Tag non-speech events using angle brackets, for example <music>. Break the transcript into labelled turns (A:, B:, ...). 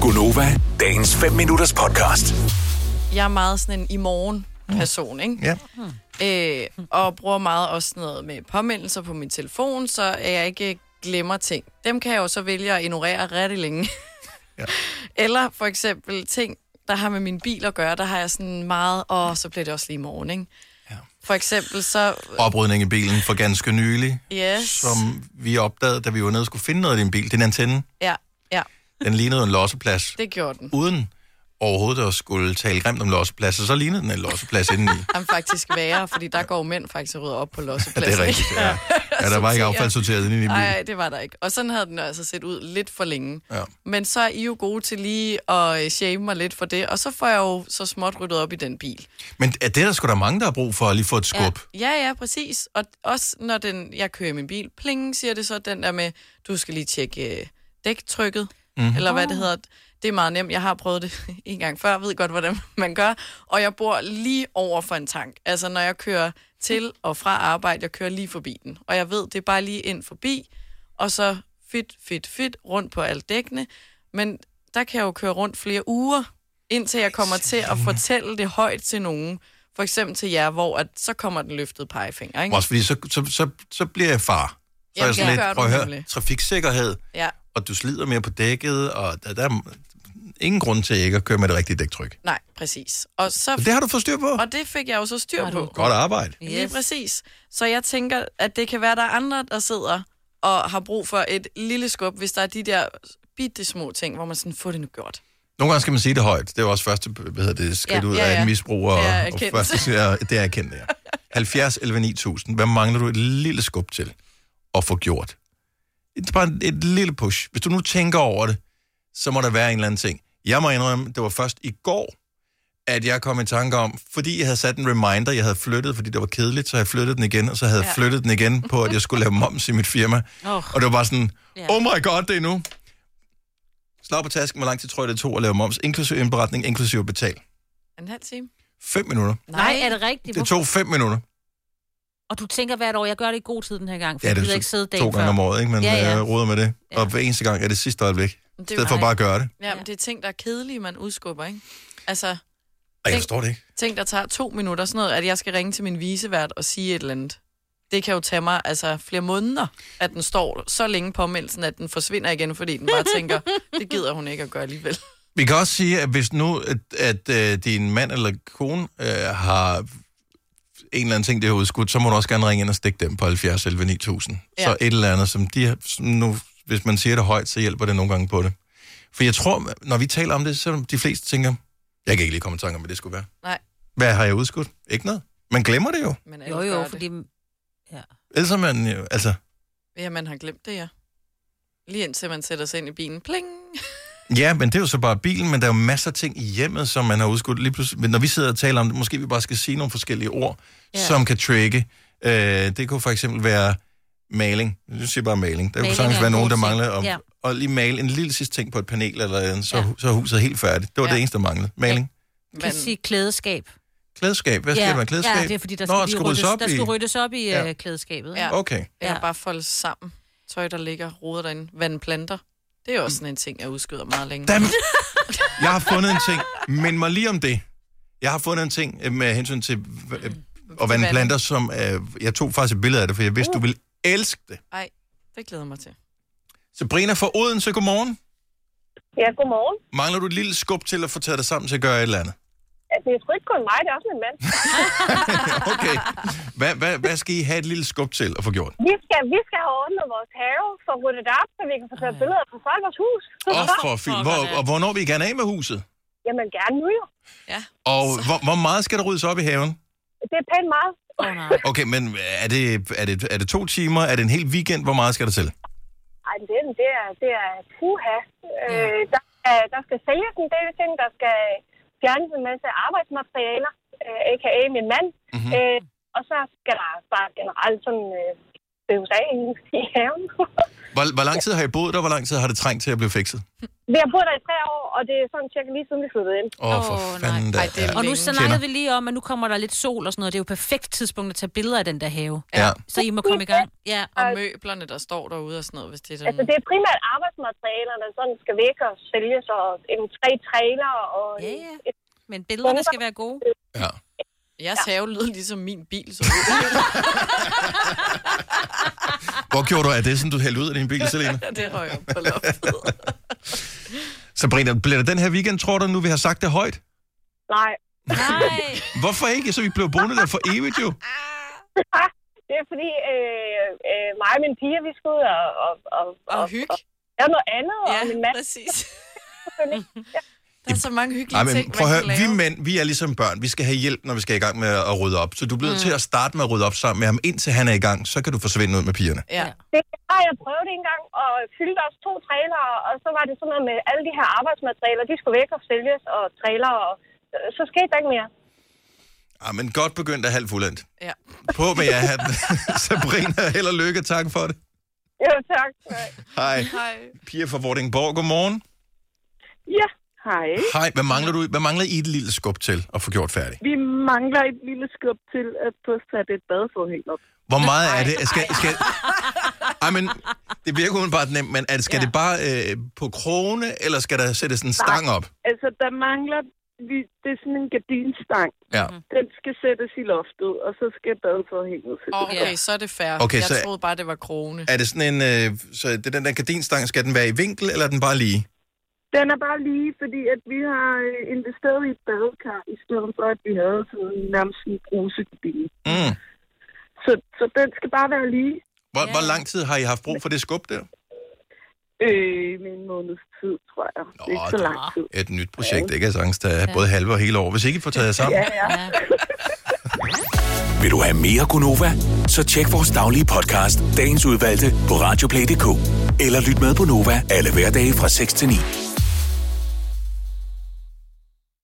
A: Gunova, dagens 5 minutters podcast.
B: jeg er meget sådan en i morgen person, ikke?
C: Mm. Ja.
B: Øh, og bruger meget også sådan noget med påmindelser på min telefon, så jeg ikke glemmer ting. Dem kan jeg jo så vælge at ignorere rigtig længe.
C: Ja.
B: ja. <laughs> Eller for eksempel ting, der har med min bil at gøre, der har jeg sådan meget, og så bliver det også lige i morgen, ikke?
C: Ja.
B: Ja. For eksempel så...
C: Oprydning i bilen for ganske nylig,
B: Yes.
C: som vi opdagede, da vi var nede og skulle finde noget i din bil. Din antenne,
B: Ja, ja,
C: den lignede en losseplads,
B: det gjorde den.
C: uden overhovedet at skulle tale grimt om lossepladser, så lignede den en losseplads indeni.
B: Han faktisk værre, fordi der går mænd faktisk og rydder op på
C: Ja, det er
B: lossepladsen.
C: rigtigt, ja. ja der var ikke
B: Sorterer.
C: affaldssorteret inde i bilen.
B: Nej, det var der ikke. Og sådan havde den altså set ud lidt for længe.
C: Ja.
B: Men så er I jo gode til lige at øh, shame mig lidt for det, og så får jeg jo så småt ryddet op i den bil.
C: Men er det er der sgu da mange, der har brug for at lige få et skub. Ja.
B: Ja, ja, præcis. Og også når den, jeg kører i min bil, pling, siger det så den der med, du skal lige tjekke øh, dæktrykket, mm-hmm. eller hvad det hedder. Det er meget nemt. Jeg har prøvet det <laughs> en gang før, ved godt, hvordan <laughs> man gør. Og jeg bor lige over for en tank. Altså, når jeg kører til og fra arbejde, jeg kører lige forbi den. Og jeg ved, det er bare lige ind forbi, og så fit, fit, fit rundt på alt dækkene. Men der kan jeg jo køre rundt flere uger, indtil jeg kommer til at fortælle det højt til nogen. For eksempel til jer, hvor at, så kommer den løftede pegefinger, ikke?
C: Også fordi, så, så, så, så bliver jeg far. Så er
B: Jamen,
C: jeg sådan
B: det gør
C: lidt,
B: du
C: prøv at høre,
B: nemlig.
C: trafiksikkerhed,
B: Ja.
C: og du slider mere på dækket, og der, der er ingen grund til ikke at køre med det rigtige dæktryk.
B: Nej, præcis. Og, så,
C: Og det har du fået styr på.
B: og det fik jeg jo så styr
D: Var
B: på.
D: du
C: Godt arbejde.
B: Yes. Lige præcis. Så jeg tænker, at det kan være, at der er andre, der sidder og har brug for et lille skub, hvis der er de der bitte små ting, hvor man sådan, får det nu gjort.
C: Nogle gange skal man sige det højt. Det var også første hvad hedder det, skridt
B: Ja,
C: ud
B: ja,
C: af
B: ja.
C: en misbrug. Og,
B: Det er
C: og
B: erkendelse. <laughs>
C: første, ja, det er erkendt, ja. 70 11 9000. Hvad mangler du et lille skub til at få gjort? Et, bare et lille push. Hvis du nu tænker over det, så må der være en eller anden ting. Jeg må indrømme, det var først i går, at jeg kom i tanke om, fordi jeg havde sat en reminder, jeg havde flyttet, fordi det var kedeligt, så jeg flyttede den igen, og så havde jeg
B: Ja.
C: flyttet den igen på, at jeg skulle lave moms i mit firma.
D: Oh.
C: Og det var bare sådan,
D: Ja.
C: oh my god, det er nu. Slag på tasken, hvor lang tid tror jeg, det tog at lave moms, inklusive indberetning, inklusive betal.
B: En halv time?
C: 5 minutter.
D: Nej, er det rigtigt?
C: Det tog 5 minutter.
D: Og du tænker hvert år, jeg gør det i god tid den her gang, for
C: Ja,
D: ja, jeg
C: det
D: gider
C: er
D: ikke sidde
C: to,
D: dagen
C: to gange om
D: før.
C: året, ikke? Men ja,
D: Ja,
C: ja.
D: ja.
C: Øh, råder med det. Ja.
D: Ja.
C: Og hver eneste gang er det sidste øjeblik. I
B: Men Det er
C: stedet
B: jo,
C: for bare at gøre det.
B: ja, men det er ting, der er kedelige, man udskubber, ikke? Altså,
C: Ej, jeg
B: Tænk-
C: forstår det ikke.
B: ting, der tager to minutter, sådan noget, at jeg skal ringe til min visevært og sige et eller andet. Det kan jo tage mig altså, flere måneder, at den står så længe påmeldelsen, at den forsvinder igen, fordi den bare
D: <laughs>
B: tænker, det gider hun ikke at gøre alligevel.
C: Vi kan også sige, at hvis nu, at, at øh, din mand eller kone øh, har en eller anden ting, det har udskudt, så må du også gerne ringe ind og stikke dem på 70 11 9000. Ja.
B: Ja.
C: Så et eller andet, som de har, som nu, hvis man siger det højt, så hjælper det nogle gange på det. For jeg tror, når vi taler om det, så de fleste tænker, jeg kan ikke lige komme i tanke om, hvad det skulle være.
B: Nej,
C: Hvad har jeg udskudt? Ikke noget. Man glemmer det jo.
B: men
D: Jo,
B: alle
D: jo,
B: gør
D: fordi... Ja.
C: Ellers er man jo, altså,
B: det. Ja, man har glemt det, ja. Lige indtil man sætter sig ind i bilen. Pling!
C: Ja, men det er jo så bare bilen, men der er jo masser af ting i hjemmet, som man har udskudt. Lige pludselig, men når vi sidder og taler om det, måske vi bare skal sige nogle forskellige ord, ja.
D: Ja.
C: som kan trigge. Øh, det kunne for eksempel være maling. Nu siger jeg bare maling. Der maling kunne
D: Maling er
C: sagtens
D: en
C: være nogen,
D: god
C: der
D: ting.
C: mangler om, ja.
D: Ja.
C: og lige male en lille sidste ting på et panel, eller et eller andet, så, ja.
D: Ja.
C: så er huset helt færdigt. Det var ja.
B: Ja.
C: det eneste, der manglede. Maling.
D: Man kan
B: Men,
D: sige klædeskab.
C: Klædeskab. Hvad skal ja. det være? Klædeskab?
D: Ja, det er fordi, der
C: Nå,
D: skal, lige
C: skal
D: ryddes,
C: ryddes op
D: der
C: i.
D: skal ryddes op i
C: Ja.
D: ja. klædeskabet.
B: ja,
D: Ja.
C: Okay.
B: jeg
D: Ja.
B: bare folde sammen. Tøj, der ligger, roder derinde. Vand planter. Det er jo også sådan en ting, jeg udskyder meget længe.
C: Damn. Jeg har fundet en ting. Mind mig lige om det. Jeg har fundet en ting øh, med hensyn til øh, at vande
B: vand.
C: planter, som øh, jeg tog faktisk et billede af det, for jeg vidste, uh. du ville elske det.
B: Ej, det glæder jeg mig til.
C: Sabrina fra Odense, godmorgen.
E: Ja, godmorgen.
C: Mangler du et lille skub til at få taget dig sammen til at gøre et eller <laughs> andet?
E: Altså, det er sgu ikke kun mig, det er også min mand.
C: Okay. Hvad, hvad, hvad skal I have et lille skub til at få gjort?
E: Vi skal, vi skal have ordnet vores have for at rydde det op, så vi kan få taget billeder fra folk vores hus.
C: Og, for film. Hvor, og hvornår vil I gerne af med huset?
E: Jamen, gerne nu jo.
B: Ja.
C: Og hvor, hvor meget skal der ryddes op i haven?
E: Det er pænt meget.
D: Oh, nej.
C: Okay, men er det, er, det, er det to timer? Er det en hel weekend? Hvor meget skal der til?
E: Ej, det, er- det er, det er puha. Øh, der, er- der skal sælges en del ting, der skal fjernes en masse arbejdsmaterialer, øh, a.k.a. min mand. Mm-hmm. Øh, og så skal der bare generelt sådan, øh, støves af i- i haven. <laughs>
C: Hvor, hvor lang tid har I boet der? Hvor lang tid har det trængt til at blive fikset?
E: vi har boet der i tre år, og det er sådan cirka lige siden, vi flyttede ind.
C: Åh, oh, for
D: Åh, nej.
C: fanden da.
B: Ej, det er
D: Og nu
B: Længe.
D: snakkede vi lige om, at nu kommer der lidt sol og sådan noget. Det er jo et perfekt tidspunkt at tage billeder af den der have.
C: Ja.
D: Så I må komme i gang. Ja.
B: Og møblerne, der står derude og sådan noget, hvis det er sådan...
E: Altså, det er primært arbejdsmaterialer, der sådan skal væk og sælges, og en tre trailer og
D: Ja,
E: en-
D: ja. Men billederne skal være gode.
C: Ja.
B: Jeres have lyder ligesom min bil, så
C: Hvor gjorde du af det, sådan du hældte ud af din bil,
B: <laughs>
C: Selena?
B: det røg op på loftet.
C: Sabrina, bliver det den her weekend, tror du, nu vi har sagt det højt?
E: nej.
D: Nej.
C: Hvorfor ikke? Så vi blev boende der for evigt
B: <laughs>
C: jo.
E: Det er fordi øh, øh, mig og min piger, vi skal ud og, og, og,
B: <laughs> Og hygge.
E: lave noget andet, ja. og min
B: Ja,
E: mand
B: <laughs> præcis.
E: selvfølgelig.
B: Der er så mange hyggelige
C: Ej, men
B: ting,
C: prøv at
B: man kan
C: høre, vi
B: lave.
C: mænd, vi er ligesom børn. Vi skal have hjælp, når vi skal i gang med at rydde op. Så du bliver
B: Mm.
C: nødt til at starte med at rydde op sammen med ham. Indtil han er i gang, så kan du forsvinde ud med pigerne.
B: Ja.
E: Det har jeg prøvet en gang, og fyldte også to trailere, og så var det sådan noget med alle de her arbejdsmaterialer, de skulle væk og sælges, og trailere, og øh, så skete der ikke mere. <laughs>
C: Ja, Ah, men godt begyndt er halvt fuldendt.
B: ja.
C: På med jer, hatten. <laughs> Sabrina, held og lykke. Tak for det.
E: Jo, tak.
C: Hej.
B: Hej.
C: Pia fra Vordingborg, godmorgen.
F: Ja, hej.
C: Hej, hvad mangler, du, hvad mangler I et lille skub til at få gjort færdig?
F: Vi mangler et lille skub til at få sat et badeforhæng op.
C: Hvor meget er det? Skal, skal, ej, men det virker udenbart nemt, men er det, skal ja. det bare øh, på krone, eller skal der sættes en stang op?
F: Altså, der mangler... Vi, det er sådan en gardinstang.
C: Ja.
F: Den skal sættes i loftet, og så skal badeforhænget sættes.
B: Okay,
D: Ja.
B: så er det fair.
C: Okay,
B: jeg
C: så-
B: troede bare, det var krone.
C: Er det sådan en, øh, så det, er den der gardinstang, skal den være i vinkel, eller er den bare lige?
F: Den er bare lige, fordi at vi har øh, investeret i et badekar, i stedet for, at vi havde sådan nærmest en brusegardine.
C: Mm.
F: Så, så den skal bare være lige
C: Hvor,
D: Ja.
C: ja. hvor lang tid har I haft brug for det skub der?
F: øh, med en måneds tid, tror jeg. Nå, det er ikke så
C: det-
F: lang tid.
C: Et nyt projekt, ikke? Altså, angst er både halve og hele år, hvis ikke I får taget jer sammen. Ja.
D: Ja.
A: Vil du have mere Gunova? Så tjek vores daglige podcast, dagens udvalgte, på radioplay.dk. Eller lyt med på Nova alle hverdage fra 6 til 9.